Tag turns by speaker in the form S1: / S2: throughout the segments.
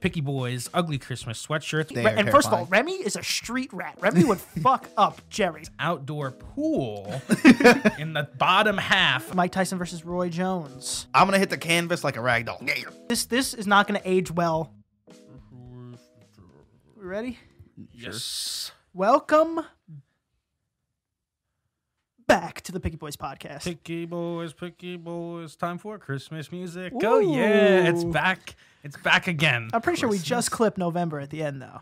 S1: Picky Boys, Ugly Christmas sweatshirt,
S2: They
S1: Re-
S2: are
S1: and first of all,
S2: terrifying.
S1: Remy is a street rat.
S3: Remy would fuck up Jerry.
S1: Outdoor pool in the bottom half.
S3: Mike Tyson versus Roy Jones.
S2: I'm gonna hit the canvas like a rag doll. Yeah.
S3: This this is not going to age well. We ready?
S1: Yes.
S3: Welcome back to the Picky Boys podcast.
S1: Picky Boys, Picky Boys, time for Christmas music. Oh yeah, it's
S3: Ooh.
S1: back. It's back again.
S3: I'm pretty sure we just clipped November at the end though.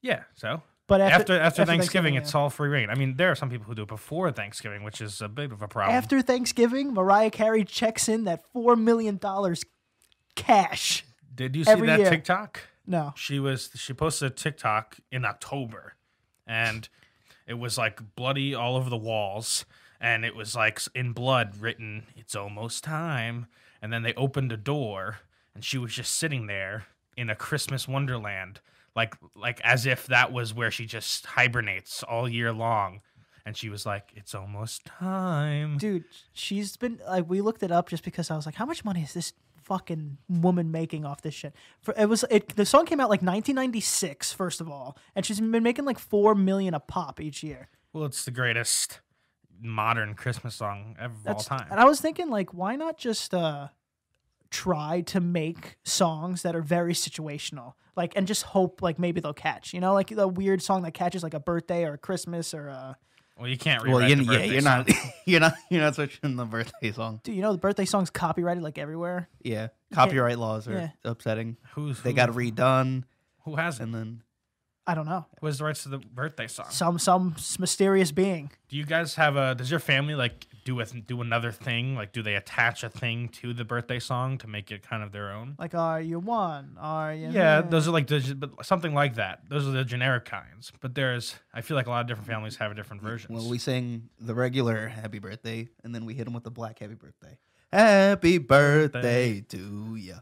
S1: Yeah, so
S3: But after
S1: after after, Thanksgiving,
S3: yeah.
S1: it's all free reign. I mean, there are some people who do it before Thanksgiving, which is a bit of a problem.
S3: after Thanksgiving, Mariah Carey checks in that four million dollars cash.
S1: Did you see
S3: every
S1: that
S3: year.
S1: TikTok?
S3: No,
S1: She was she posted a TikTok in October, and it was like bloody all over the walls, and it was like in blood written, "It's almost time." And then they opened a door, and she was just sitting there in a Christmas wonderland, like like as if that was where she just hibernates all year long. And she was like, "It's almost time."
S3: dude, she's been like we looked it up just because I was like, how much money is this fucking woman making off this shit? For it was it the song came out like 1996 first of all, and she's been making like four million a pop each year.
S1: Well, it's the greatest modern Christmas song ever of all
S3: That's-
S1: time.
S3: And I was thinking, like, why not just uh, try to make songs that are very situational, like, and just hope, like, maybe they'll catch. You know, like the weird song that catches, like, a birthday or a Christmas or uh, a.
S1: Well, you can't rewrite
S2: Well, you,
S1: the
S2: yeah,
S1: birthday
S2: you're
S1: song.
S2: not, you're not, you're not switching the birthday song.
S3: Dude, you know, the birthday song's copyrighted like everywhere.
S2: Yeah, copyright laws are
S3: Yeah.
S2: upsetting.
S1: Who's
S2: They
S1: who-
S2: got redone,
S1: who has it?
S2: and then
S3: I don't know,
S1: Who has the rights to the birthday song?
S3: some some s- mysterious being.
S1: do you guys have a? Does your family like do a, do another thing? Like, do they attach a thing to the birthday song to make it kind of their own?
S3: Like, are you one? Are you?
S1: Yeah, those are like the, but something like that. Those are the generic kinds. But there's, I feel like a lot of different families have different versions.
S2: well, we sing the regular "Happy Birthday," and then we hit them with the black "Happy Birthday." Happy birthday to ya.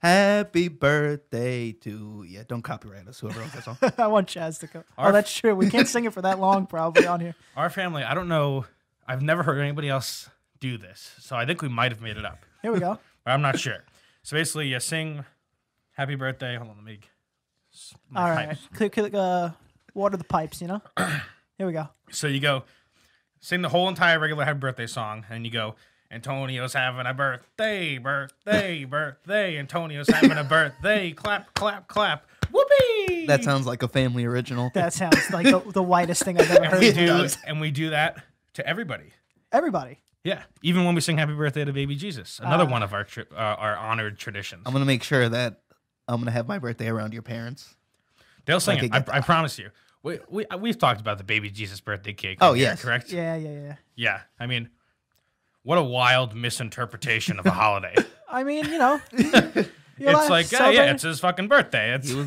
S2: Happy birthday to ya. Don't copyright us, whoever owns that song.
S3: I want Chaz to go.
S1: Our-
S3: Oh, that's true. We can't sing it for that long, probably on here.
S1: Our family, I don't know. I've never heard anybody else do this, so I think we might have made it up.
S3: Here we go.
S1: But I'm not sure. So basically, you sing "Happy Birthday." Hold on, let me. s- my
S3: All
S1: pipes.
S3: right, click, click, uh, water the pipes. You know. Here we go.
S1: So you go sing the whole entire regular happy birthday song, and you go, Antonio's having a birthday, birthday, birthday. Antonio's having a birthday. Clap, clap, clap. Whoopee!
S2: that sounds like a family original.
S3: That sounds like the, the whitest thing I've ever
S1: and we
S3: heard.
S2: It
S1: do,
S2: does.
S1: and we do that to everybody.
S3: Everybody.
S1: Yeah, even when we sing "Happy Birthday" to Baby Jesus, another one of our tri- uh, our honored traditions.
S2: I'm gonna make sure that I'm gonna have my birthday around your parents.
S1: They'll sing
S2: like
S1: it.
S2: it
S1: I,
S2: gets-
S1: I promise you. We, we uh, we've talked about the Baby Jesus birthday cake.
S2: Oh,
S1: on here,
S2: yes.
S1: correct.
S3: Yeah, yeah, yeah.
S1: yeah. I mean, what a wild misinterpretation of a holiday.
S3: I mean, you know,
S1: it's like, yeah, yeah, it's his fucking birthday. It's,
S2: He was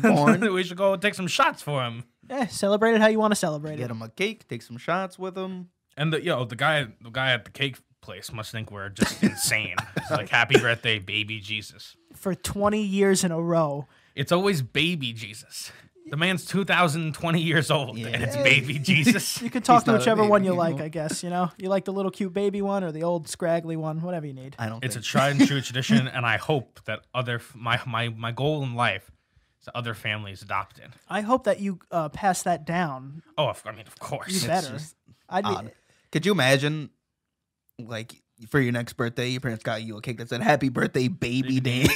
S2: born.
S1: we should go take some shots for him.
S3: yeah, celebrate it how you want to celebrate
S2: Get
S3: it.
S2: him a cake. Take some shots with him.
S1: And the yo, the guy, the guy at the cake place must think we're just insane. It's like, happy birthday, baby Jesus.
S3: For 20 years in a row,
S1: It's always baby Jesus. The man's 2,020 years old, and it's
S2: Yeah.
S1: baby Jesus.
S3: you can talk
S2: He's
S3: to
S2: not a
S3: whichever one you
S2: baby
S3: like,
S2: anymore.
S3: I guess. You know, you like the little cute baby one or the old scraggly one, whatever you need.
S2: I don't.
S1: It's a
S2: think.
S1: tried and true tradition, and I hope that other f- my my my goal in life is that other families adopt it.
S3: I hope that you uh, pass that down.
S1: Oh, of- I mean, of
S3: You
S1: course.
S3: better.
S2: just
S3: I'd be,
S2: odd. Could you imagine, like, for your next birthday, your parents got you a cake that said "Happy Birthday, Baby Dan."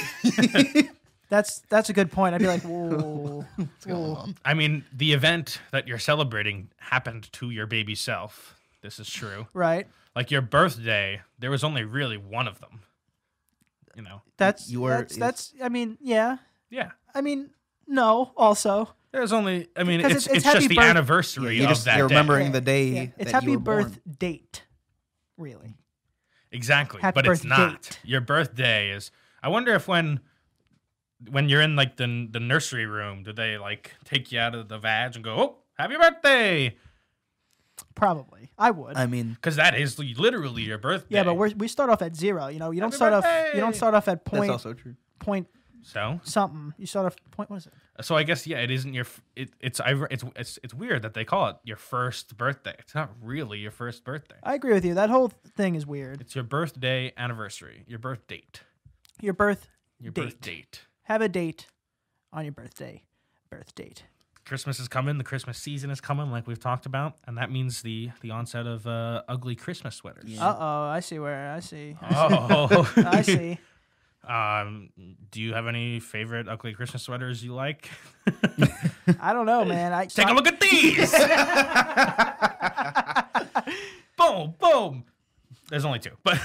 S3: that's that's a good point. I'd be like, whoa, whoa.
S1: I mean, the event that you're celebrating happened to your baby self. This is true.
S3: right?
S1: like your birthday, there was only really one of them. You know,
S3: That's
S2: you are-
S3: that's,
S2: is-
S3: that's. I mean, yeah.
S1: yeah.
S3: I mean, no. Also,
S1: There's only. I mean,
S3: 'Cause
S1: it's
S3: it's- it's
S1: it's,
S3: happy
S1: just the
S3: birth-
S2: Yeah,
S1: anniversary
S2: you
S1: of
S2: just,
S1: that
S2: you're
S1: day.
S2: remembering
S3: Yeah,
S2: the day
S3: yeah. it's
S2: that
S3: happy
S2: you were
S3: birth
S2: born.
S3: date, really.
S1: exactly,
S3: happy
S1: but it's
S3: birth
S1: not.
S3: date.
S1: Your birthday is. I wonder if when when you're in like the the nursery room, do they like take you out of the vag and go, "Oh, happy birthday,"
S3: Probably, I would.
S2: I mean,
S1: because that is li- literally your birthday.
S3: Yeah, but we we start off at zero. You know, you don't
S1: Happy
S3: start off.
S1: birthday!
S3: You don't start off at
S2: that's
S3: point
S2: also true.
S3: point
S1: so
S3: something. You start off point. What is it?
S1: so. I guess yeah, it isn't your. f- It, it's I. re- It's it's it's weird that they call it your first birthday. It's not really your first birthday.
S3: I agree with you. That whole thing is weird.
S1: It's your birthday anniversary, your birth date,
S3: Your birth
S1: your
S3: date.
S1: birth date.
S3: Have a date. on your birthday, birth date.
S1: Christmas is coming. The Christmas season is coming, like we've talked about, and that means the the onset of uh, ugly Christmas sweaters.
S2: Yeah.
S3: Uh oh, I see where I see.
S1: Oh,
S3: I see.
S1: Um, do you have any favorite ugly Christmas sweaters you like?
S3: I don't know, man. I
S1: Take a look at these. boom, boom. There's only two, but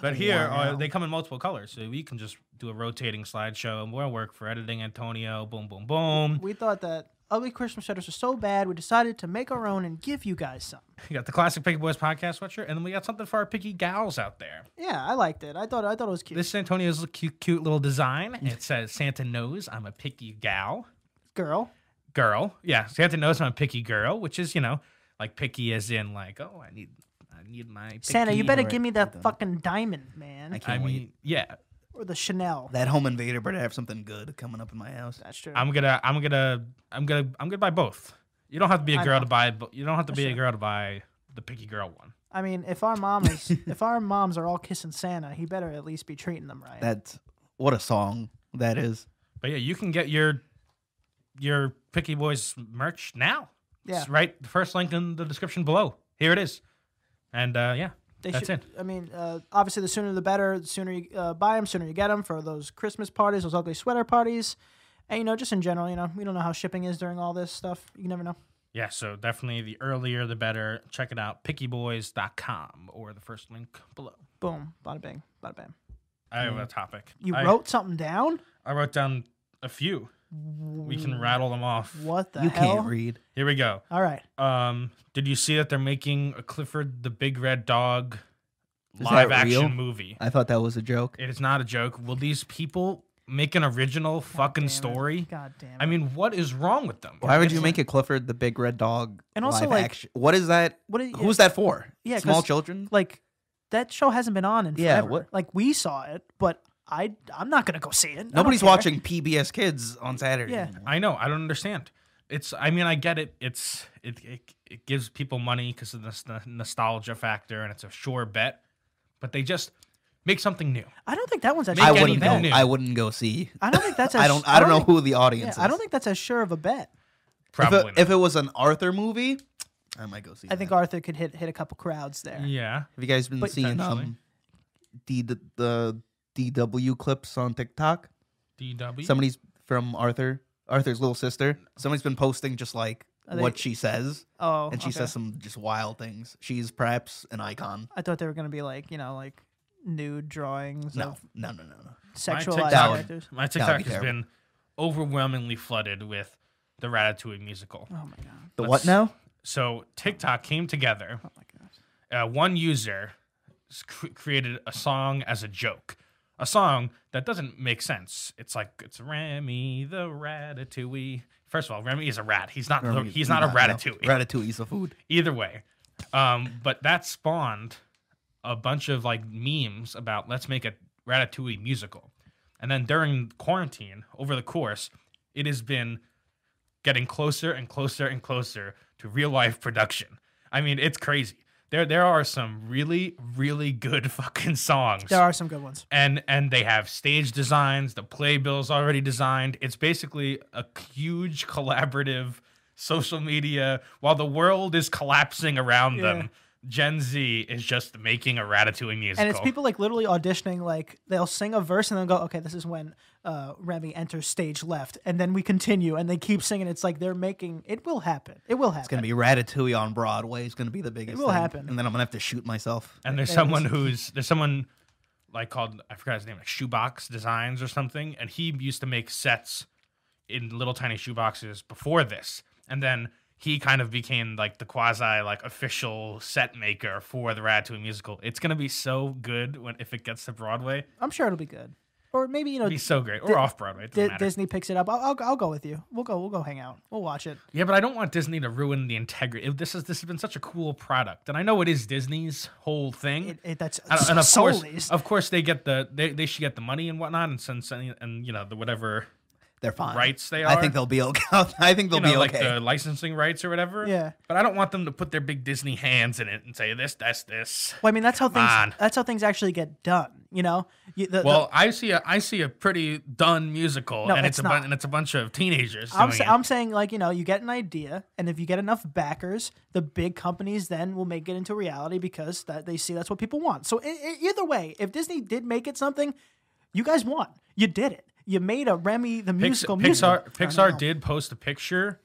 S1: but here uh, they come in multiple colors, so we can just do a rotating slideshow. and More work for editing, Antonio. Boom, boom, boom.
S3: We thought that ugly Christmas sweaters are so bad, we decided to make our own and give you guys some.
S1: We got the classic Picky Boys podcast sweatshirt, and then we got something for our picky gals out there.
S3: Yeah, I liked it. I thought I thought it was cute.
S1: This is Antonio's li- cute, cute little design. It says Santa knows I'm a picky gal,
S3: girl.
S1: girl. Yeah, Santa knows I'm a picky girl, which is you know like picky as in like oh I need I need my picky.
S3: Santa, you better
S2: right,
S3: give me
S2: done.
S3: that fucking diamond, man,
S2: I
S1: I
S2: can't wait.
S1: mean yeah,
S3: or the Chanel.
S2: That home invader better have something good coming up in my house.
S3: That's true.
S1: I'm gonna I'm gonna I'm gonna I'm gonna buy both. You don't have to be a
S3: I
S1: girl
S3: know.
S1: to buy. bo- You don't have to be a
S3: sure.
S1: girl to buy the picky girl one.
S3: I mean, if our mom is, if our moms are all kissing Santa, he better at least be treating them right.
S2: That's what a song that is.
S1: But yeah, you can get your your Picky Boys merch now.
S3: yeah,
S1: It's right. The first link in the description below. Here it is. And uh, yeah,
S3: they
S1: that's
S3: should.
S1: it.
S3: I mean, uh, obviously, the sooner the better. The sooner you uh, buy them, sooner you get them for those Christmas parties, those ugly sweater parties, and you know, just in general, you know, we don't know how shipping is during all this stuff. You never know.
S1: Yeah, so definitely the earlier the better. Check it out, pickyboys.com or the first link below.
S3: Boom, bada bing, bada bam.
S1: I have a topic.
S3: You
S1: I,
S3: wrote something down?
S1: I wrote down a few. We can rattle them off.
S3: What the
S2: you
S3: hell?
S2: can't read.
S1: Here we go.
S3: all right.
S1: Um, did you see that they're making a Clifford the Big Red Dog
S2: that
S1: live action
S2: real?
S1: movie?
S2: I thought that was a joke.
S1: It is not a joke. Will these people make an original
S3: damn
S1: fucking
S3: it.
S1: story?
S3: God damn it.
S1: I mean, what is wrong with them?
S2: Why would you make it Clifford the Big Red Dog?
S3: And also,
S2: live
S3: like-
S2: action? what is that?
S3: what do you-
S2: Who's that for?
S3: Yeah,
S2: small
S3: 'cause-
S2: children.
S3: like that show hasn't been on in
S2: Yeah,
S3: forever.
S2: what-
S3: Like we saw it, but I I'm not gonna go see it. I don't
S2: Nobody's
S3: care.
S2: watching PBS Kids on Saturday.
S3: Yeah.
S2: anymore.
S1: I know. I don't understand. It's. I mean, I get it. It's. It. It, it gives people money because of the s- the nostalgia factor, and it's a sure bet. But they just make something new.
S3: I don't think that one's actually.
S2: I
S1: Make
S2: wouldn't
S1: anything
S2: go.
S1: new.
S2: I wouldn't go see.
S3: I don't think that's. As,
S2: I don't. I don't know
S3: think-
S2: who the audience
S3: Yeah, I don't
S2: is.
S3: think that's as sure of a bet.
S2: If
S1: Probably.
S2: it, if it was an Arthur movie, I might go see.
S3: I think
S2: that.
S3: Arthur could hit hit a couple crowds there.
S1: not. Yeah.
S2: Have you guys been
S3: But-
S2: seeing um, D, the DW clips on TikTok?
S1: DW.
S2: Somebody's from Arthur, Arthur's little sister. Somebody's been posting just like
S3: Are they-
S2: what she says,
S3: Oh,
S2: and she
S3: okay.
S2: says some just wild things. She's perhaps an icon.
S3: I thought they were gonna be like you know like nude drawings
S2: No,
S3: of
S2: no, no, no, no.
S3: sexualized
S1: TikTok-
S3: characters.
S1: My TikTok
S2: be
S1: has
S2: terrible.
S1: been overwhelmingly flooded with the Ratatouille musical.
S3: Oh my god.
S2: The
S1: Let's-
S2: what now?
S1: So TikTok came together.
S3: Oh my god.
S1: uh, one user s- cr- created a song as a joke. A song that doesn't make sense. It's like it's Remy the Ratatouille. First of all, Remy is a rat. He's not. the- he's not a Ratatouille.
S2: Ratatouille's a food.
S1: Either way, um, but that spawned a bunch of like memes about let's make a Ratatouille musical. And then during quarantine, over the course, it has been getting closer and closer and closer to real life production. I mean, it's crazy. There there are some really really good fucking songs.
S3: There are some good ones.
S1: and and they have stage designs, the playbill's already designed. It's basically a huge collaborative social media while the world is collapsing around
S3: Yeah.
S1: them. Gen Z is just making a Ratatouille musical.
S3: And it's people like literally auditioning, like they'll sing a verse and then go, okay, this is when uh, Remy enters stage left. And then we continue and they keep singing. It's like they're making it will happen. It will happen.
S2: It's gonna be Ratatouille on Broadway. It's gonna be the biggest.
S3: will
S2: thing.
S3: happen.
S2: and then I'm gonna have to shoot myself.
S1: And there's
S3: And
S1: someone who's there's someone like called I forgot his name, like Shoebox Designs or something, and he used to make sets in little tiny shoeboxes before this, and then he kind of became like the quasi like official set maker for the Ratatouille musical. It's gonna be so good when if it gets to Broadway,
S3: I'm sure it'll be good. Or maybe, you know,
S1: it'll be so great or off Broadway. It doesn't
S3: Di-
S1: matter.
S3: Disney picks it up. I'll, I'll, I'll go with you. We'll go. We'll go hang out. We'll watch it.
S1: Yeah, but I don't want Disney to ruin the integrity. If This is this has been such a cool product, and I know it is Disney's whole thing.
S3: it, it that's
S1: and, and of course,
S3: solely-
S1: of course, they get the they, they should get the money and whatnot, and send, send and you know the whatever
S2: they're fine.
S1: rights they are.
S2: I think they'll be okay. I think they'll
S1: you know,
S2: be
S1: like
S2: okay.
S1: the licensing rights or whatever.
S3: Yeah.
S1: But I don't want them to put their big Disney hands in it and say this, that's this.
S3: Well, I mean, that's how things.
S1: on.
S3: That's how things actually get done. You know. You, the, the-
S1: Well, I see a I see a pretty done musical,
S3: No,
S1: and
S3: it's
S1: it's, a bun-
S3: not.
S1: and it's a bunch of teenagers.
S3: I'm,
S1: doing
S3: sa-
S1: it.
S3: I'm saying like you know you get an idea and if you get enough backers the big companies then will make it into reality because that they see that's what people want so i i either way if disney did make it something you guys won you did it you made a remy the
S1: Pix-
S3: musical musical.
S1: Pixar Pixar did post a picture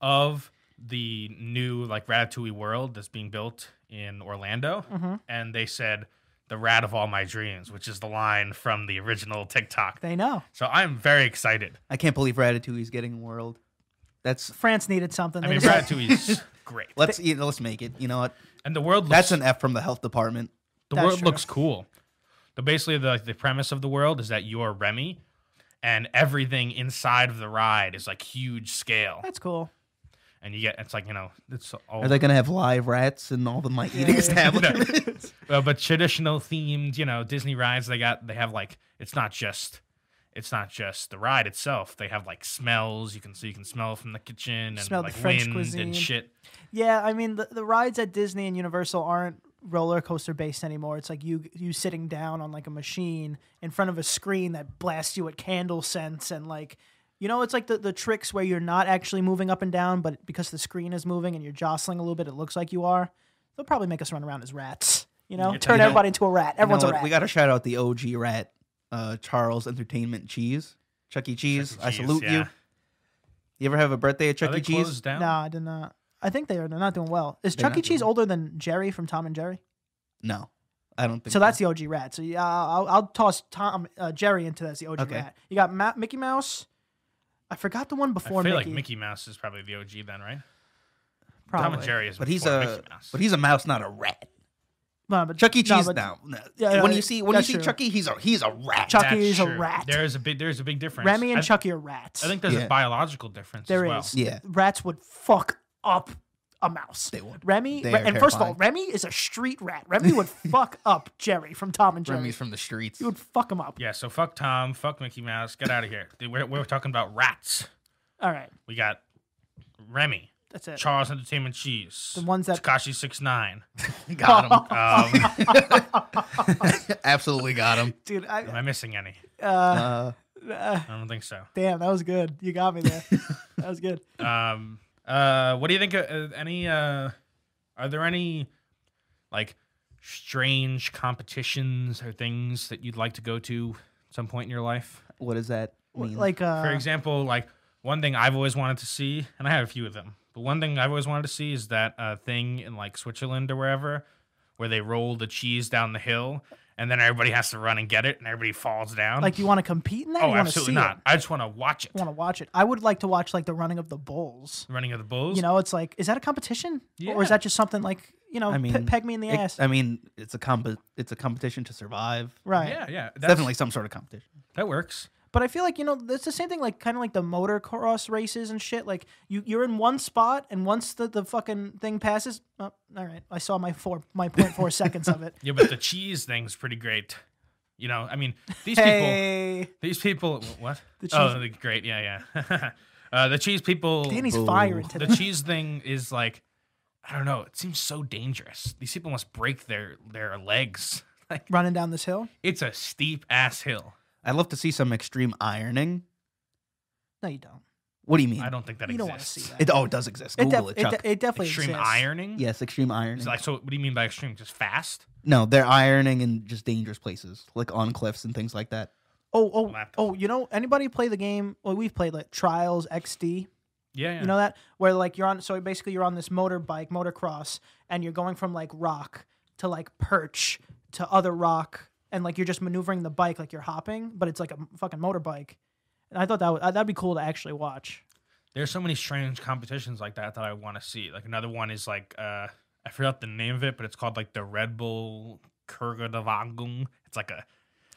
S1: of the new like Ratatouille world that's being built in Orlando, and they said the rat of all my dreams, which is the line from the original TikTok.
S3: they know
S1: So I'm very excited.
S2: I can't believe Ratatouille's getting world. That's
S3: france needed something
S1: I
S3: They
S1: mean,
S3: just-
S1: Ratatouille's great,
S2: let's you know, let's make it. You know what?
S1: and the world looks
S2: That's an F from the health department.
S1: the
S3: That's
S1: world
S3: true.
S1: looks cool. So basically, the the premise of the world is that you're Remy, and everything inside of the ride is like huge scale,
S3: that's cool
S1: and you get it's like you know it's all
S2: Are they gonna have live rats and all of my eating establishments?
S1: Well, but traditional themed, you know, Disney rides, they got they have like it's not just it's not just the ride itself. They have like smells you can so you can smell from the kitchen and
S3: Smell the
S1: like
S3: French
S1: wind
S3: cuisine.
S1: and shit.
S3: yeah i mean the, the rides at disney and universal aren't roller coaster based anymore it's like you you sitting down on like a machine in front of a screen that blasts you at candle scents and like you know it's like the, the tricks where you're not actually moving up and down but because the screen is moving and you're jostling a little bit it looks like you are they'll probably make us run around as rats you know
S1: You
S3: turn
S1: know-
S3: everybody into a rat
S2: You know
S3: everyone's
S2: what?
S3: a rat
S2: We gotta shout out the OG rat, uh, Charles Entertainment Cheese, Chuck E. Cheese. I
S1: Cheese,
S2: salute you.
S1: yeah.
S2: You ever have a birthday at
S1: Are
S2: Chuck
S1: they
S2: E. Cheese?
S1: closed down?
S3: nah i did not i think they are they're not doing well is
S2: They're
S3: chuck e
S2: not
S3: cheese
S2: doing
S3: older than jerry from tom and jerry
S2: No, I don't think
S3: So that's the OG rat. So yeah, I'll, I'll toss Tom uh, Jerry into that as the OG
S2: Okay.
S3: rat. You got Ma- Mickey Mouse. I forgot the one
S1: I
S3: before
S1: feel
S3: Mickey.
S1: like Mickey Mouse is probably the OG then, right?
S3: probably.
S1: Tom and Jerry is
S2: But he's
S1: before
S2: a
S1: Mickey Mouse.
S2: but he's a mouse, not a rat.
S3: No, but
S2: Chuck E.
S3: no,
S2: Cheese
S3: but
S2: now. No.
S3: Yeah,
S2: when
S3: yeah,
S2: you see when you
S3: that's
S2: see
S3: true.
S2: Chuck E. He's a he's a rat.
S3: Chuck-
S1: That's
S3: Chucky is a
S1: true.
S3: rat.
S1: There is a big there is a big difference.
S3: Remy and
S1: I,
S3: Chucky are rats.
S1: I think there's
S2: Yeah.
S1: a biological difference
S3: there
S1: as
S3: is.
S1: well.
S2: Yeah.
S3: Rats would fuck up a mouse.
S2: They would.
S3: Remy,
S2: They
S3: Re-
S2: are
S3: and first of all,
S2: terrifying.
S3: Remy is a street rat. Remy would fuck up Jerry from Tom and Jerry.
S2: Remy's from the streets.
S3: he would fuck him up.
S1: Yeah, so fuck Tom, fuck Mickey Mouse, get out of here. We're, we're talking about rats.
S3: All right,
S1: We got Remy,
S3: that's it.
S1: Charles Entertainment Cheese,
S3: The ones that-
S1: Takashi Six Nine.
S2: Got him.
S1: Um, am
S2: Absolutely got him.
S3: Dude, I,
S1: I missing any?
S2: Uh,
S1: I don't think so.
S3: damn, that was good. You got me there. that was good.
S1: Um, uh, what do you think? Of, uh, any? Uh, are there any like strange competitions or things that you'd like to go to at some point in your life?
S2: what does that mean?
S3: Like, uh,
S1: For example, like one thing I've always wanted to see, and I have a few of them, but one thing I've always wanted to see is that uh, thing in like Switzerland or wherever where they roll the cheese down the hill and then everybody has to run and get it and everybody falls down.
S3: like you want to compete in that? or you
S1: oh,
S3: wanna
S1: absolutely
S3: see
S1: not.
S3: It?
S1: I just want to watch it.
S3: want to watch it. I would like to watch like the running of the bulls.
S1: Running of the Bulls.
S3: You know, it's like, is that a competition, or
S1: Yeah.
S3: is that just something like you know,
S2: I
S3: pe-
S2: mean,
S3: peg me in the
S2: It-
S3: ass?
S2: I mean, it's a comp- it's a competition to survive.
S3: right.
S1: Yeah, yeah. That's,
S2: It's definitely some sort of competition.
S1: That works.
S3: But I feel like you know, that's the same thing. Like kind of like the motocross races and shit. Like you, you're in one spot, and once the, the fucking thing passes, oh, all right, I saw my four my point four seconds of it.
S1: Yeah, but the cheese thing's pretty great. You know, I mean, these people,
S3: Hey,
S1: these people, wh- what?
S3: The
S1: Oh, the- great. Yeah, yeah. uh, the cheese people,
S3: Danny's
S2: Boo.
S3: firing today.
S1: the cheese thing is like, I don't know. It seems so dangerous. These people must break their their legs. Like
S3: running down this hill.
S1: it's a steep ass hill.
S2: I'd love to see some extreme ironing.
S3: No, you don't.
S2: What do you mean?
S1: I don't think that
S3: You don't want to
S1: exists.
S3: see that.
S2: It oh, it does exist.
S3: It,
S2: Google
S3: def-
S2: it, Chuck.
S3: it, de- it definitely
S1: Extreme
S3: exists.
S1: ironing.
S2: yes, extreme ironing.
S1: It's like so. What do you mean by extreme? Just fast?
S2: no, they're ironing in just dangerous places, like on cliffs and things like that.
S3: Oh, oh,
S1: Laptop.
S3: oh! You know, anybody play the game? Well, we've played like Trials XD.
S1: Yeah. yeah.
S3: You know that where like you're on so basically you're on this motorbike, motocross, and you're going from like rock to like perch to other rock, and like you're just maneuvering the bike like you're hopping, but it's like a fucking motorbike. And I thought that would uh, that'd be cool to actually watch.
S1: There's so many strange competitions like that that I want to see. Like another one is like uh I forgot the name of it, but it's called like the Red Bull Kurgadavagung. It's like a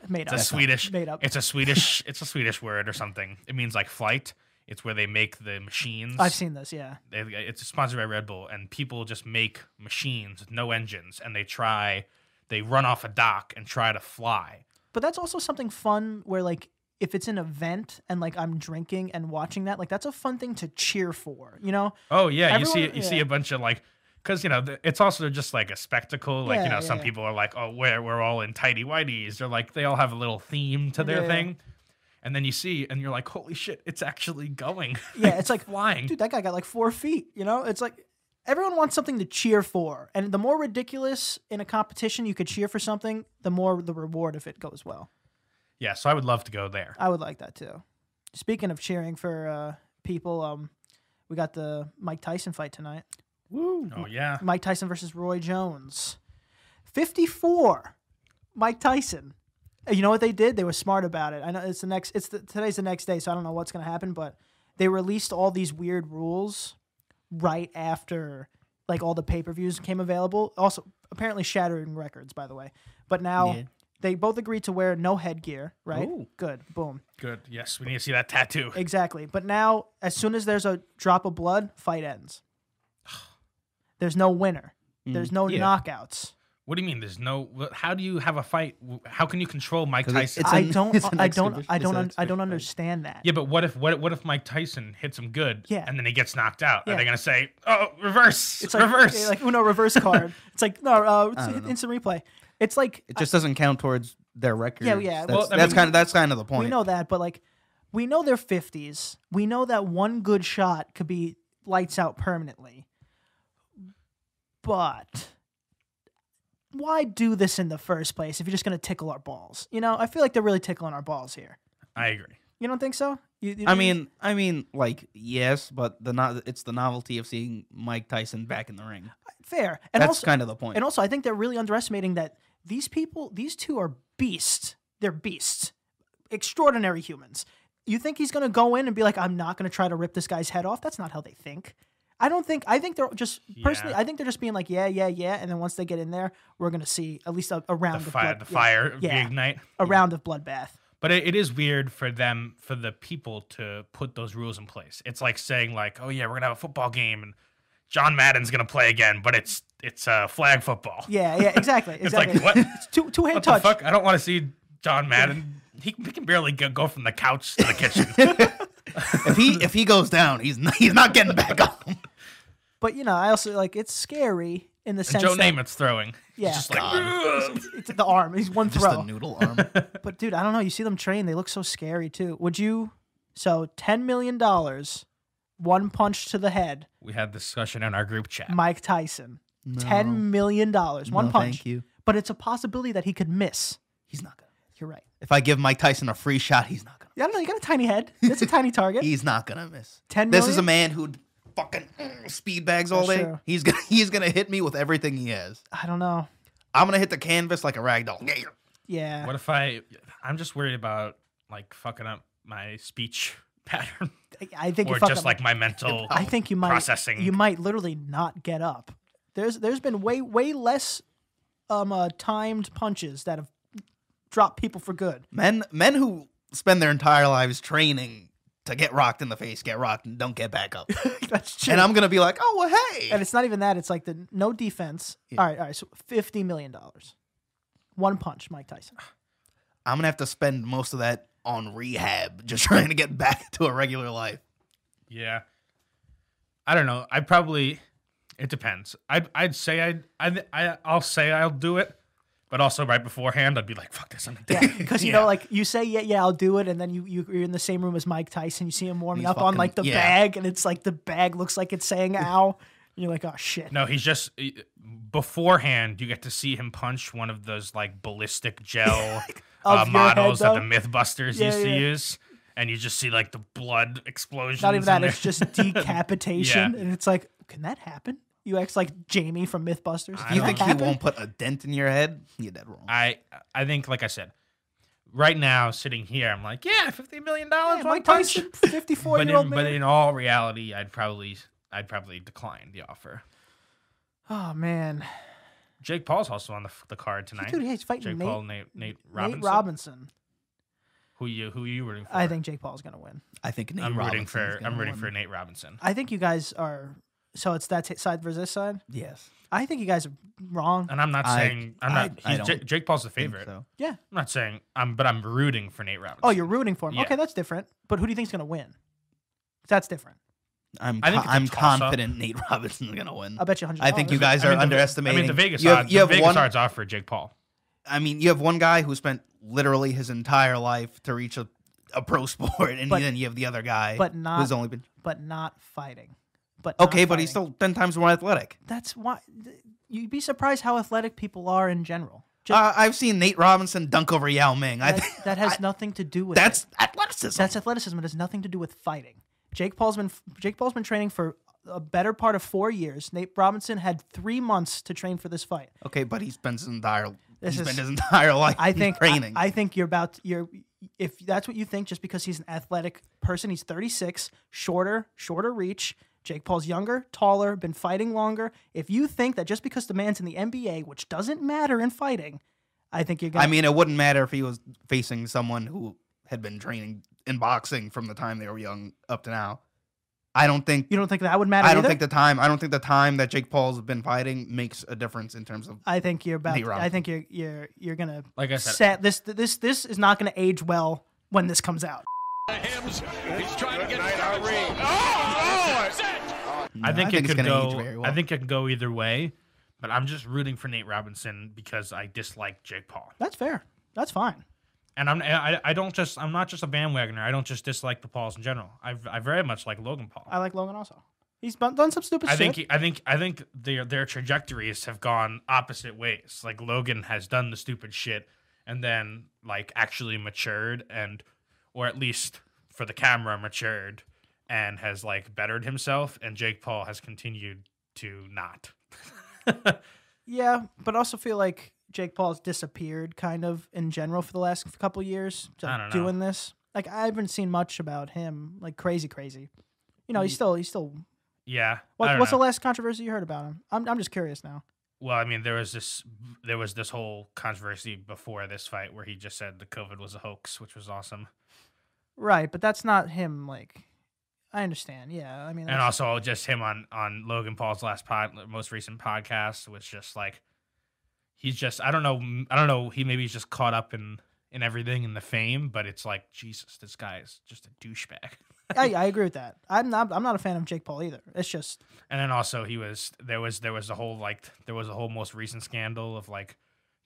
S3: Made
S1: it's a
S3: up.
S1: Swedish
S3: Made up.
S1: it's a Swedish it's a Swedish word or something. It means like flight. It's where they make the machines.
S3: I've seen this. Yeah,
S1: They, it's sponsored by Red Bull, and people just make machines with no engines, and they try. They run off a dock and try to fly.
S3: but that's also something fun where like if it's an event and like I'm drinking and watching that, like that's a fun thing to cheer for, you know?
S1: Oh yeah, you see
S3: Everyone-
S1: you see
S3: yeah.
S1: a bunch of like because you know th- it's also just like a spectacle. Like you
S3: Yeah,
S1: know,
S3: yeah,
S1: some
S3: yeah.
S1: people are like, oh, we're we're all in tidy whities. They're like they all have a little theme to their
S3: Yeah, yeah.
S1: thing, and then you see and you're like, holy shit, it's actually going.
S3: Yeah, it's like,
S1: flying.
S3: dude, that guy got like four feet, you know? It's like everyone wants something to cheer for. And the more ridiculous in a competition you could cheer for something, the more the reward if it goes well.
S1: Yeah, so I would love to go there.
S3: I would like that too. Speaking of cheering for uh, people, um, we got the Mike Tyson fight tonight.
S2: Woo.
S1: Oh yeah,
S3: Mike Tyson versus Roy Jones. 54. Mike Tyson. Uh, You know what they did? They were smart about it. I know it's the next it's the, today's the next day, so I don't know what's going to happen, but they released all these weird rules right after like all the pay-per-views came available. Also apparently shattering records by the way. But now
S2: Yeah.
S3: they both agreed to wear no headgear, right?
S2: Ooh.
S3: Good. Boom.
S1: good. Yes, we need to see that tattoo.
S3: Exactly. But now, as soon as there's a drop of blood, fight ends. There's no winner. There's no
S2: Mm, Yeah.
S3: knockouts.
S1: What do you mean? There's no. wh- How do you have a fight? Wh- How can you control Mike
S2: 'Cause it-
S1: Tyson?
S2: It's
S3: I
S2: an-
S3: don't.
S2: it's an
S3: I don't.
S2: exhibition-
S3: I
S2: it's
S3: don't.
S2: an
S3: un- I
S2: exhibition
S3: don't
S2: fight.
S3: understand that.
S1: yeah, but what if what what if Mike Tyson hits him good?
S3: Yeah.
S1: and then he gets knocked out. Are
S3: Yeah.
S1: they gonna say, "Oh, reverse,
S3: It's like
S1: reverse"?
S3: like Uno reverse card. it's like no. Uh, it's
S2: I don't know.
S3: instant replay. It's like
S2: It just doesn't count towards their record.
S3: yeah,
S2: That's,
S3: well,
S1: I
S2: that's
S1: mean-
S2: kind of that's kind of the
S3: I-
S2: point.
S3: we know that, but like we know they're fifties. We know that one good shot could be lights out permanently. But why do this in the first place if you're just gonna tickle our balls? You know, I feel like they're really tickling our balls here.
S1: I agree.
S3: You don't think so? You, you-
S2: I mean, I mean, like yes, but the no, it's the novelty of seeing Mike Tyson back in the ring.
S3: fair. And
S2: that's
S3: also,
S2: kind of the point.
S3: And also, I think they're really underestimating that these people, these two are beasts. They're beasts, extraordinary humans. You think he's going to go in and be like, I'm not going to try to rip this guy's head off? That's not how they think. I don't think, I think they're just, personally,
S1: Yeah.
S3: I think they're just being like, yeah, yeah, yeah. And then once they get in there, we're going to see at least a, a
S1: The
S3: round of
S1: fire, the
S3: blood- yeah,
S1: fire
S3: Yeah.
S1: reignite.
S3: a round of bloodbath.
S1: But it, it is weird for them, for the people to put those rules in place. It's like saying, like, "Oh yeah, we're gonna have a football game, and John Madden's gonna play again, but it's it's uh, flag football."
S3: Yeah, yeah, exactly.
S1: it's
S3: exactly.
S1: like what?
S3: It's two, two hand
S1: What the
S3: touch.
S1: fuck? I don't want to see John Madden. He, he can barely go, go from the couch to the kitchen.
S2: if he if he goes down, he's not, he's not getting back up.
S3: But, you know, I also like, it's scary in the sense
S1: Joe
S3: that
S1: Namath's throwing.
S3: Yeah.
S1: He's just like, "Ugh."
S3: it's the arm. He's one
S2: Just
S3: throw.
S2: the noodle arm.
S3: But dude, I don't know. You see them train; they look so scary too. Would you? So ten million dollars, one punch to the head,
S1: we had this discussion in our group chat.
S3: Mike Tyson.
S2: No.
S3: Ten million dollars, one
S2: No,
S3: punch.
S2: Thank you.
S3: But it's a possibility that he could miss.
S2: He's not gonna.
S3: You're right.
S2: If I give Mike Tyson a free shot, he's not gonna.
S3: I don't know. You got a tiny head. It's a tiny target.
S2: He's not gonna miss.
S3: 10
S2: This is a
S3: million?
S2: man who fucking mm, speed bags all
S3: That's
S2: day.
S3: true.
S2: He's gonna he's gonna hit me with everything he has.
S3: I don't know.
S2: I'm gonna hit the canvas like a rag doll. Yeah.
S3: Yeah.
S1: What if I? I'm just worried about like fucking up my speech pattern,
S3: I- I think
S1: or
S3: you fucked
S1: just
S3: up.
S1: like my mental.
S3: I think you might
S1: processing.
S3: You might literally not get up. There's there's been way way less um uh, timed punches that have dropped people for good.
S2: Men men who spend their entire lives training to get rocked in the face, get rocked, and don't get back up.
S3: That's true.
S2: and I'm gonna be like, oh well, hey.
S3: and it's not even that. It's like the no defense.
S2: Yeah.
S3: All right, all right. So fifty million dollars, one punch, Mike Tyson.
S2: I'm gonna have to spend most of that on rehab, just trying to get back to a regular life.
S1: Yeah. I don't know. I probably. It depends. I'd I'd say I'd, I'd I I'll say I'll do it, but also right beforehand I'd be like, fuck this, I'm
S3: Yeah, because you
S1: Yeah.
S3: know, like you say, yeah, yeah, I'll do it, and then you, you you're in the same room as Mike Tyson. You see him warming
S2: He's
S3: up on like the
S2: fucking- yeah.
S3: bag, and it's like the bag looks like it's saying "ow," and you're like, oh shit.
S1: No, he's just eh, beforehand. You get to see him punch one of those like ballistic gel uh,
S3: Of your head,
S1: models that the
S3: though?
S1: MythBusters
S3: Yeah,
S1: used to
S3: yeah.
S1: use, and you just see like the blood explosions.
S3: not even
S1: in
S3: that.
S1: there.
S3: It's just decapitation, and it's like, can that happen? You act like Jamie from MythBusters.
S1: I
S3: Can
S2: You
S1: don't
S3: that
S2: think he
S3: happen?
S2: won't put a dent in your head? You're dead wrong.
S1: I I think, like I said, right now sitting here, I'm like, yeah, fifty million dollars,
S3: Yeah,
S1: one
S3: Mike
S1: punch.
S3: Tyson, fifty-four
S1: But
S3: year old
S1: in, but
S3: man.
S1: in all reality, I'd probably I'd probably decline the offer.
S3: Oh man,
S1: Jake Paul's also on the, f- the card tonight.
S3: dude, yeah, he's fighting
S1: Jake
S3: Nate,
S1: Paul, Nate Nate Robinson.
S3: Nate Robinson.
S1: Who you who you rooting for?
S3: I think Jake Paul's gonna win.
S2: I think Nate
S1: I'm rooting
S2: Robinson's
S1: for
S2: gonna
S1: I'm rooting
S2: win.
S1: for Nate Robinson.
S3: I think you guys are So it's that t- side versus this side.
S2: Yes.
S3: I think you guys are wrong.
S1: And I'm not
S2: I-
S1: saying I'm
S2: I-
S1: not.
S2: I
S1: He's,
S2: don't
S1: Jake, Jake Paul's the
S2: Think
S1: favorite.
S2: So.
S3: Yeah.
S1: I'm not saying I'm, but I'm rooting for Nate Robinson.
S3: Oh, you're rooting for him.
S1: Yeah.
S3: Okay, that's different. But who do you think's gonna win? That's different.
S2: I'm
S1: I think
S2: co-
S1: it's a
S2: I'm
S1: toss-up.
S2: confident Nate Robinson's gonna win.
S3: I'll bet you hundred.
S2: I think you guys
S1: I
S2: are
S1: mean, the-
S2: underestimating.
S1: I mean, the Vegas
S2: you have,
S1: odds.
S2: you have
S1: the Vegas
S2: one.
S1: odds are for Jake Paul.
S2: I mean, you have one guy who spent literally his entire life to reach a, a pro sport, and
S3: But-
S2: then you have the other guy
S3: but
S2: who's
S3: not-
S2: only been
S3: but not fighting. But not
S2: okay, but he's
S3: fighting.
S2: still ten times more athletic.
S3: That's why th- you'd be surprised how athletic people are in general. Just,
S2: Uh, I've seen Nate Robinson dunk over Yao Ming. I
S3: that,
S2: think
S3: that has nothing to do with it.
S2: that's athleticism.
S3: That's athleticism. It has nothing to do with fighting. Jake Paul's been Jake Paul's been training for a better part of four years. Nate Robinson had three months to train for this fight.
S2: okay, but he spends his entire he
S3: This is-
S2: spent his entire life
S3: I think I,
S2: training.
S3: I think you're about you're if that's what you think just because he's an athletic person, he's 36, shorter, shorter reach. Jake Paul's younger, taller, been fighting longer. If you think that just because the man's in the NBA, which doesn't matter in fighting, I think you're gonna.
S2: I mean, it wouldn't matter if he was facing someone who had been training in boxing from the time they were young up to now. I don't think
S3: you don't think that would matter?
S2: I don't
S3: either?
S2: think the time I don't think the time that Jake Paul's been fighting makes a difference in terms of
S3: I think you're about.
S2: Nate
S3: I
S2: Robinson.
S3: think you're you're you're gonna
S1: Like I said-
S3: set this this this is not gonna age well when this comes out.
S4: Hims. He's trying to get
S5: night,
S4: Robinson.
S5: Irene.
S4: Oh, oh,
S1: I think,
S2: it's
S1: it could
S2: gonna
S1: go.
S2: age very well.
S1: I think it could go either way, but I'm just rooting for Nate Robinson because I dislike Jake Paul,
S3: That's fair. That's fine.
S1: and I'm I, I don't just I'm not just a bandwagoner. I don't just dislike the Pauls in general. I I very much like Logan Paul.
S3: I like Logan also. He's done done some stupid
S1: I
S3: shit.
S1: think he- I think I think their their trajectories have gone opposite ways. Like Logan has done the stupid shit and then like actually matured and or at least for the camera matured and has like bettered himself and Jake Paul has continued to not.
S3: yeah, but I also feel like Jake Paul's disappeared kind of in general for the last couple years.
S1: I don't know.
S3: Doing this, like I haven't seen much about him, like crazy, crazy. You know, he's still he's still.
S1: yeah. I
S3: What,
S1: Mm. don't
S3: what's
S1: know.
S3: the last controversy you heard about him? I'm I'm just curious now.
S1: well, I mean there was this there was this whole controversy before this fight where he just said the COVID was a hoax, which was awesome.
S3: Right, but that's not him. Like, I understand. Yeah, I mean,
S1: and
S3: that's-
S1: also just him on on Logan Paul's last pod, most recent podcast was just like he's just I don't know I don't know he maybe he's just caught up in in everything in the fame, but it's like Jesus, this guy is just a douchebag.
S3: I, I agree with that. I'm not I'm not a fan of Jake Paul either. It's just
S1: And then also he was there was there was a whole like there was a whole most recent scandal of like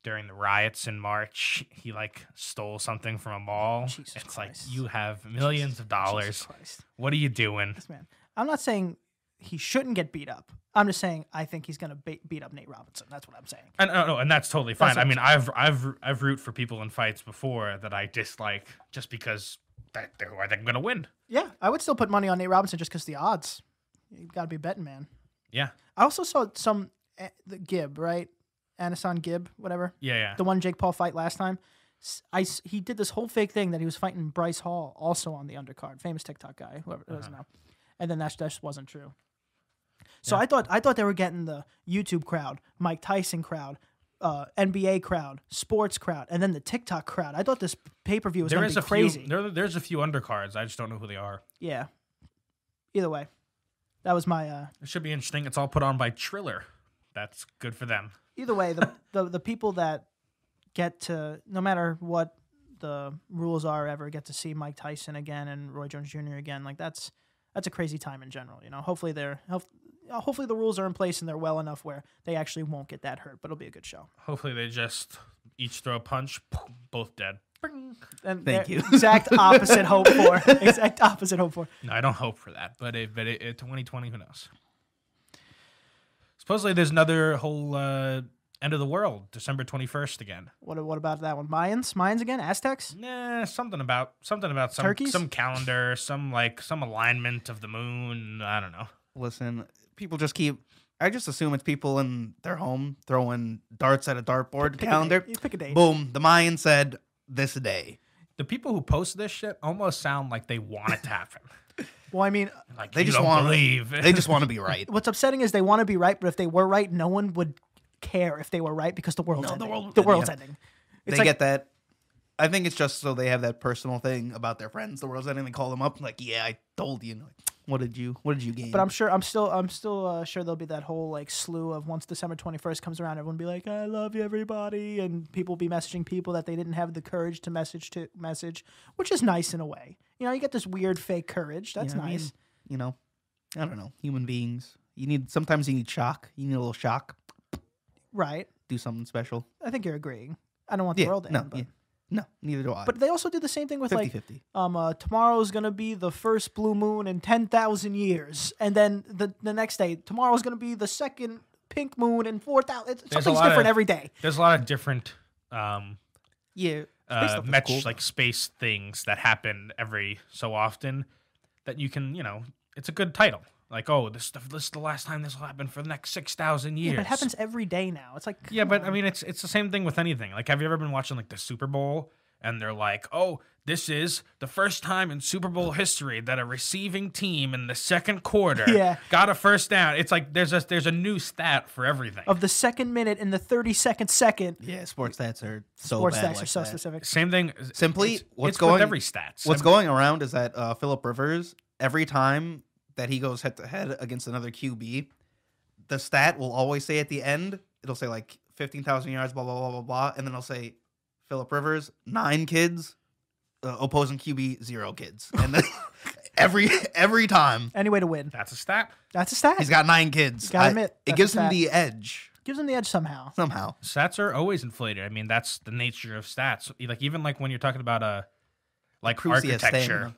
S1: during the riots in March he like stole something from a mall.
S3: Jesus
S1: it's
S3: Christ.
S1: like you have millions of dollars.
S3: Jesus Christ,
S1: What are you doing?
S3: this man. I'm not saying he shouldn't get beat up. I'm just saying I think he's gonna ba- beat up Nate Robinson. That's what I'm saying.
S1: And uh, no, no, and that's totally fine.
S3: That's
S1: I
S3: what
S1: mean, I've I've I've root for people in fights before that I dislike just because that they're who I think I'm gonna win.
S3: Yeah, I would still put money on Nate Robinson just because the odds. You gotta be betting, man.
S1: Yeah,
S3: I also saw some eh, the Gibb right, Anason Gibb, whatever.
S1: yeah, yeah.
S3: the one Jake Paul fight last time. s- I s- he did this whole fake thing that he was fighting Bryce Hall also on the undercard, famous TikTok guy, whoever it was
S1: Uh-huh.
S3: now, and then that just wasn't true. So I thought I thought they were getting the YouTube crowd, Mike Tyson crowd, uh, NBA crowd, sports crowd, and then the TikTok crowd. I thought this pay per view was
S1: there
S3: going
S1: is
S3: to
S1: a
S3: be crazy.
S1: few. There, there's a few undercards. I just don't know who they are.
S3: yeah. Either way, that was my. Uh,
S1: It should be interesting. It's all put on by Triller. That's good for them.
S3: either way, the, the the people that get to no matter what the rules are ever get to see Mike Tyson again and Roy Jones Jr. again, like that's that's a crazy time in general. You know, hopefully they're hof- hopefully the rules are in place and they're well enough where they actually won't get that hurt. But it'll be a good show.
S1: Hopefully, they just each throw a punch, boom, both dead. Bing.
S3: And
S2: Thank
S3: they're
S2: you.
S3: Exact opposite hope for. Exact opposite hope for.
S1: No, I don't hope for that. But it, but it, it- 2020, who knows? Supposedly, there's another whole uh, end of the world, December 21st again.
S3: What what about that one? Mayans, Mayans again? Aztecs?
S1: Nah, something about something about some
S3: Turkeys?
S1: some calendar, some like some alignment of the moon. I don't know.
S2: listen, people just keep. I just assume it's people in their home throwing darts at a dartboard
S3: Pick a
S2: calendar.
S3: date. You pick a date.
S2: Boom. The Mayan said this day.
S1: The people who post this shit almost sound like they want it to happen.
S3: Well, I mean,
S1: Like
S2: They
S1: you
S2: just
S1: don't
S2: want
S1: believe.
S2: They just want to be right.
S3: what's upsetting is they want to be right, but if they were right, no one would care if they were right because the world's
S2: No, the
S3: ending. The,
S2: world-
S3: world's
S2: yeah.
S3: ending.
S2: they get that. I think it's just so they have that personal thing about their friends. The world's ending. They call them up like, "Yeah, I told you." And like, What did you What did you gain?
S3: But I'm sure I'm still I'm still uh, sure there'll be that whole like slew of once December 21st comes around, everyone will be like, "I love you, everybody," and people will be messaging people that they didn't have the courage to message to message, which is nice in a way. You know, you get this weird fake courage. That's
S2: Yeah, I mean,
S3: nice.
S2: you know, I don't know. Human beings. You need sometimes you need shock. You need a little shock.
S3: right?
S2: Do something special.
S3: I think you're agreeing. I don't want the
S2: yeah.
S3: world to
S2: no.
S3: end, but,
S2: yeah. No. Neither do I.
S3: but they also do the same thing with
S2: 50
S3: like
S2: 50.
S3: um uh, tomorrow's gonna be the first blue moon in 10,000 years and then the the next day tomorrow's gonna be the second pink moon in 4,000
S1: There's
S3: it's-
S1: a
S3: something's
S1: lot
S3: different
S1: of-
S3: every day
S1: There's a lot of different um,
S2: Yeah.
S1: uh,
S2: stuff is
S1: met-
S2: cool.
S1: like space things that happen every so often that you can you know it's a good title like oh this stuff this is the last time this will happen for the next six thousand years
S3: yeah, but it happens every day now it's like
S1: yeah
S3: come
S1: but uh, i
S3: on.
S1: mean it's it's the same thing with anything like have you ever been watching like the super bowl and they're like oh this is the first time in super bowl history that a receiving team in the second quarter
S3: Yeah.
S1: got a first down it's like there's a there's a new stat for everything
S3: of the second minute and the 32nd second
S2: Yeah. Sports stats are so
S3: sports
S2: bad
S3: stats
S2: like
S3: are so
S2: that.
S3: specific
S1: same thing
S2: Simply,
S1: it's,
S2: what's
S1: it's
S2: going-
S1: with every stats
S2: What's
S1: I mean,
S2: going around is that uh, Philip Rivers, every time that he goes head to head against another QB, the stat will always say at the end, it'll say like 15,000 yards, blah, blah, blah, blah, blah. And then it'll say Philip Rivers, nine kids, uh, opposing QB, zero kids. And then every every time
S3: any way to win
S1: that's a stat
S3: that's a stat
S2: he's got nine kids.
S3: You gotta admit,
S2: it
S3: that's
S2: gives
S3: a
S2: him
S3: fact.
S2: the edge
S3: gives him the edge somehow
S2: somehow.
S1: stats are always inflated. I mean, that's the nature of stats. E, Like even like when you're talking about uh like
S2: Accuracy of
S1: architecture,
S2: stamina.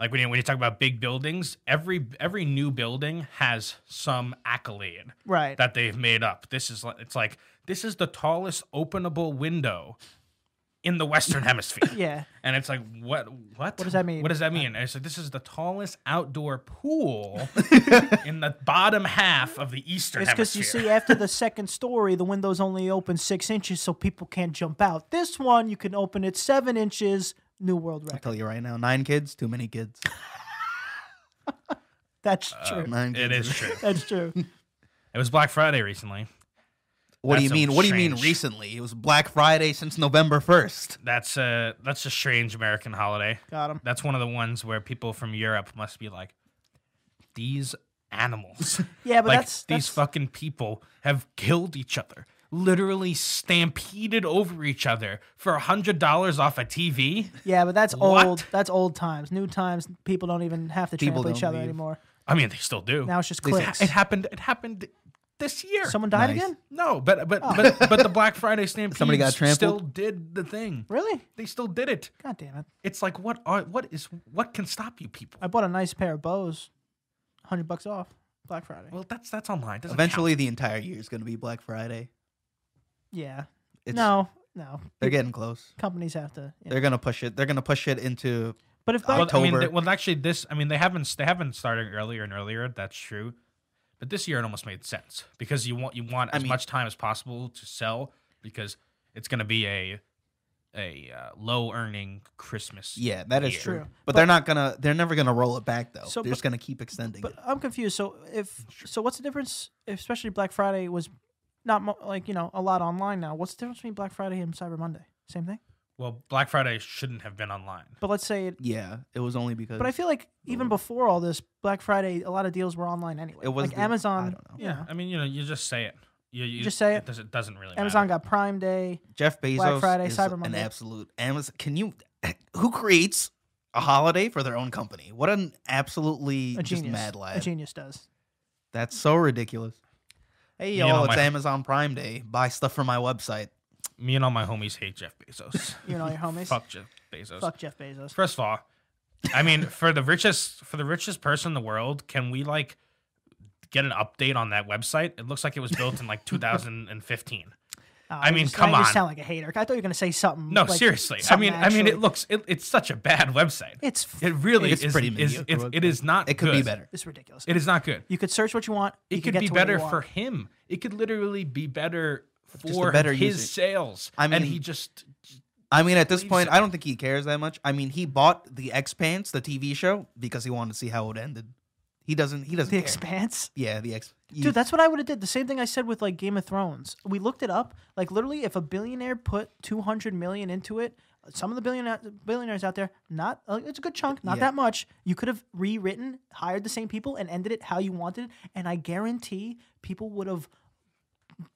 S1: like when you when you talk about big buildings, every every new building has some accolade
S3: right
S1: that they've made up. This is like it's like this is the tallest openable window in the Western Hemisphere.
S3: yeah
S1: And it's like, what? What? What
S3: does that mean?
S1: What does that mean? And it's like, this is the tallest outdoor pool in the bottom half of the Eastern
S3: It's because
S1: Hemisphere.
S3: you see, after the second story, the windows only open six inches, so people can't jump out. This one, you can open it seven inches. New world
S2: I'll
S3: record.
S2: tell you right now, nine kids, too many kids.
S3: That's
S2: Uh,
S3: true.
S2: Nine
S1: it
S2: kids.
S1: is true.
S3: That's true.
S1: It was Black Friday recently.
S2: What do you
S1: That's so
S2: mean? What do you mean
S1: strange.
S2: recently? It was Black Friday since November 1st.
S1: That's a that's a strange American holiday.
S3: Got him.
S1: That's one of the ones where people from Europe must be like, these animals,
S3: Yeah, but
S1: like
S3: that's,
S1: these
S3: that's
S1: fucking people have killed each other, literally stampeded over each other for a hundred dollars off a TV.
S3: yeah, but that's
S1: What?
S3: old. That's old times. New times. People don't even have to
S2: People
S3: trample each
S2: don't
S3: other
S2: leave.
S3: anymore.
S1: I mean, they still do.
S3: Now it's just
S2: They
S3: clicks.
S1: it happened. It happened this year.
S3: Someone Oh. died
S2: Nice.
S3: again.
S1: no, but but but but the Black Friday stampede
S2: Somebody got trampled?
S1: still did the thing.
S3: Really?
S1: They still did it.
S3: God damn it!
S1: It's like what are what is what can stop you people?
S3: I bought a nice pair of bows. Hundred bucks off Black Friday.
S1: Well, that's that's online. Doesn't count.
S2: Eventually, the entire year is going to be Black Friday.
S3: yeah.
S2: It's,
S3: no, no.
S2: they're getting close.
S3: Companies have to. yeah.
S2: They're gonna push it. They're gonna push it into.
S3: But if Black,
S1: Well, I mean,
S2: October.
S1: they- well, actually, this. I mean, they haven't they haven't started earlier and earlier. That's true, but this year it almost made sense because you want you want
S2: I
S1: as
S2: mean-
S1: much time as possible to sell because it's going to be a a uh, low earning Christmas.
S2: Yeah, that is
S1: year.
S2: true.
S3: True.
S2: But, they're not gonna. They're never gonna roll it back though.
S3: So,
S2: they're
S3: but-
S2: just gonna keep extending
S3: But
S2: it.
S3: I'm confused. So if so, what's the difference? If especially Black Friday was not mo- like you know a lot online now. What's the difference between Black Friday and Cyber Monday? Same thing.
S1: Well, Black Friday shouldn't have been online.
S3: But let's say. It,
S2: Yeah, it was only because.
S3: but I feel like even
S1: Mm.
S3: before all this Black Friday, a lot of deals were online anyway.
S2: It was
S3: like
S2: the- I
S3: Amazon.
S2: don't know.
S3: you know,
S1: I mean, you know, you just say it. You, you
S3: just say it.
S1: doesn't, doesn't really.
S3: Amazon
S1: matter.
S3: got Prime Day.
S2: Jeff Bezos
S3: Friday,
S2: is
S3: Cyber
S2: an
S3: Monday.
S2: absolute Amazon. Can you? Who creates a holiday for their own company? What an absolutely
S3: A
S2: just
S3: genius.
S2: mad
S3: A
S2: lad.
S3: genius does.
S2: That's so ridiculous. Hey
S1: You know,
S2: y'all, it's
S1: my-
S2: Amazon Prime Day. Buy stuff from my website.
S1: me and all my homies hate Jeff Bezos.
S3: You and all your homies.
S1: Fuck Jeff Bezos.
S3: Fuck Jeff Bezos.
S1: First of all, I mean, for the richest for the richest person in the world, can we like get an update on that website? It looks like it was built in like 2015.
S3: Oh,
S1: I
S3: you
S1: mean,
S3: just-
S1: come
S3: now You
S1: on.
S3: sound like a hater. I thought you were gonna say something.
S1: No,
S3: like,
S1: seriously. I mean,
S3: something
S1: I mean, it
S3: actually-
S1: looks it, it's such a bad website.
S3: It's
S1: it really
S2: It's
S1: is.
S2: pretty
S1: is
S2: mediocre
S1: it's, it is not.
S2: It could be
S1: good.
S2: better.
S3: it's ridiculous.
S1: It is not good.
S3: you could search what you want.
S1: It
S3: you
S1: could
S3: get
S1: be
S3: to where you
S1: better
S3: want.
S1: for him. It could literally be better
S2: a
S1: for
S2: better
S1: his
S2: user.
S1: sales.
S2: I
S1: and
S2: mean-
S1: he just
S2: I mean, at this
S1: Leaves
S2: point,
S1: it.
S2: I don't think he cares that much. I mean, he bought the Expanse, the TV show, because he wanted to see how it ended. He doesn't. He doesn't.
S3: the
S2: care.
S3: expanse.
S2: Yeah, the X. you-
S3: Dude, that's what I would have did. The same thing I said with like Game of Thrones. We looked it up. Like literally, if a billionaire put two hundred million into it, Some of the billionaires, billionaires out there, not uh, it's a good chunk, not
S2: Yeah.
S3: that much. You could have rewritten, hired the same people, and ended it how you wanted, it, and I guarantee people would have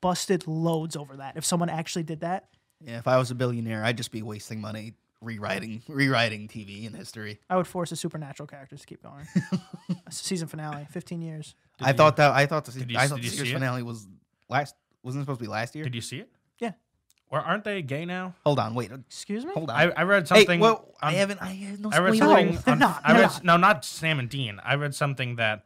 S3: busted loads over that if someone actually did that.
S2: Yeah, if I was a billionaire, I'd just be wasting money rewriting rewriting TV and history.
S3: I would force the supernatural characters to keep going. It's a season finale, fifteen years.
S2: I thought that I thought the se-
S1: did you
S2: I
S1: s-
S2: thought the
S1: did you
S2: series
S1: see it?
S2: finale was last wasn't it supposed to be last year?
S1: Did you see it?
S3: Yeah.
S1: Or aren't they gay now?
S2: Hold on, wait,
S3: Excuse me.
S2: hold on.
S1: I, I read
S2: hey,
S1: something.
S2: well, I
S1: on-
S2: haven't. I had no
S1: I read
S2: spoilers.
S1: something.
S3: No, they're
S1: on-
S3: not,
S1: I
S3: they're
S1: read
S3: not.
S1: no, not Sam and Dean. I read something that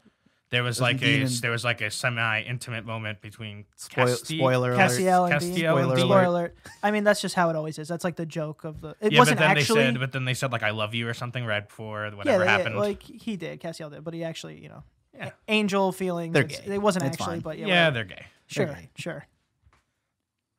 S1: there was like
S2: Dean
S1: a
S2: and-
S1: there was like a semi intimate moment between
S2: Spoil-
S1: Casti-
S2: spoiler alert.
S3: Castiel and Dean.
S1: Castiel and
S2: Spoiler
S1: Dean.
S3: Spoiler alert. I mean, that's just how it always is. That's like the joke of the. It
S1: Yeah,
S3: wasn't
S1: but then
S3: actually.
S1: they said, but then they said like "I love you" or something right before
S3: yeah,
S1: whatever
S3: yeah,
S1: happened.
S3: like he did. Cassiel did, but he actually, you know,
S1: Yeah.
S3: angel feelings.
S2: They're
S3: it's-
S2: gay.
S3: It wasn't
S2: It's
S3: actually,
S2: fine.
S3: but yeah,
S1: yeah,
S3: whatever.
S1: they're gay.
S3: sure,
S2: gay.
S3: sure.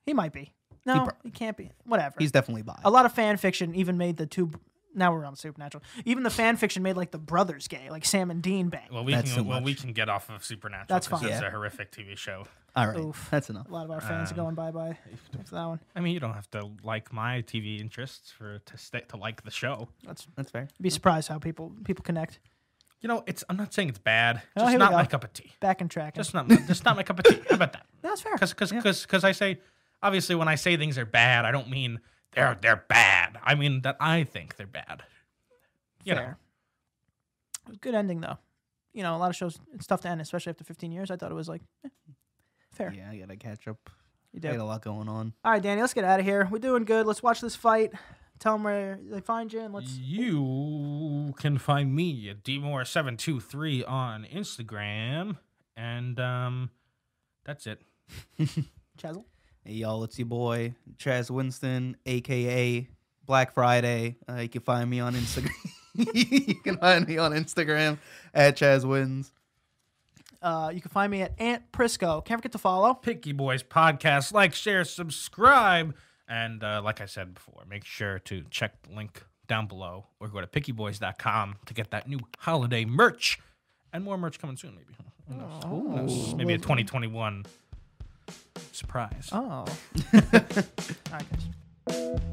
S3: He might be. No, he,
S2: prob-
S3: can't be. Whatever.
S2: He's definitely bi.
S3: a lot of fan fiction even made the two. Now we're on supernatural. Even the fan fiction made like the brothers gay, like Sam and Dean bang.
S1: Well, we
S2: That's
S1: can
S2: too
S1: well, we
S2: much.
S1: can get off of Supernatural.
S3: That's
S1: 'cause
S3: fine.
S1: It's
S2: Yeah.
S1: a horrific TV show.
S2: All right,
S3: Oof.
S2: that's enough.
S3: a lot of our
S1: um,
S3: fans are going bye bye after that one.
S1: I mean, you don't have to like my TV interests for to stay, to like the show.
S3: That's
S2: That's fair.
S3: be surprised how people people connect.
S1: You know, it's I'm not saying it's bad.
S3: Oh,
S1: Just
S3: here we
S1: not
S3: go.
S1: my cup of tea.
S3: Back and tracking.
S1: Just not just not my cup of tea. How about that?
S3: that's fair.
S1: Because because because I say obviously when I say things are bad, I don't mean they're they're bad. I mean that I think they're bad. You know,
S3: Fair. It was a Good ending though. You know, a lot of shows it's tough to end, especially after 15 years. I thought it was like eh, fair.
S2: Yeah, I gotta catch up.
S3: You
S2: I
S3: did.
S2: got a lot going on.
S3: All right, Danny, let's get out of here. We're doing good. Let's watch this fight. Tell them where they find you, and let's.
S1: you can find me at dmore723 on Instagram, and um, that's it.
S3: Chazzle.
S2: Hey y'all, it's your boy Chaz Winston, aka Black Friday. Uh, you can find me on Instagram. you can find me on Instagram at Chaz Wins.
S3: Uh, you can find me at Aunt Prisco. Can't forget to follow.
S1: Picky Boys podcast. Like, share, subscribe. And uh, like I said before, make sure to check the link down below or go to pickyboys.com to get that new holiday merch and more merch coming soon, maybe. Who knows? Who knows? Maybe a 2021 surprise.
S3: Oh. All right, guys.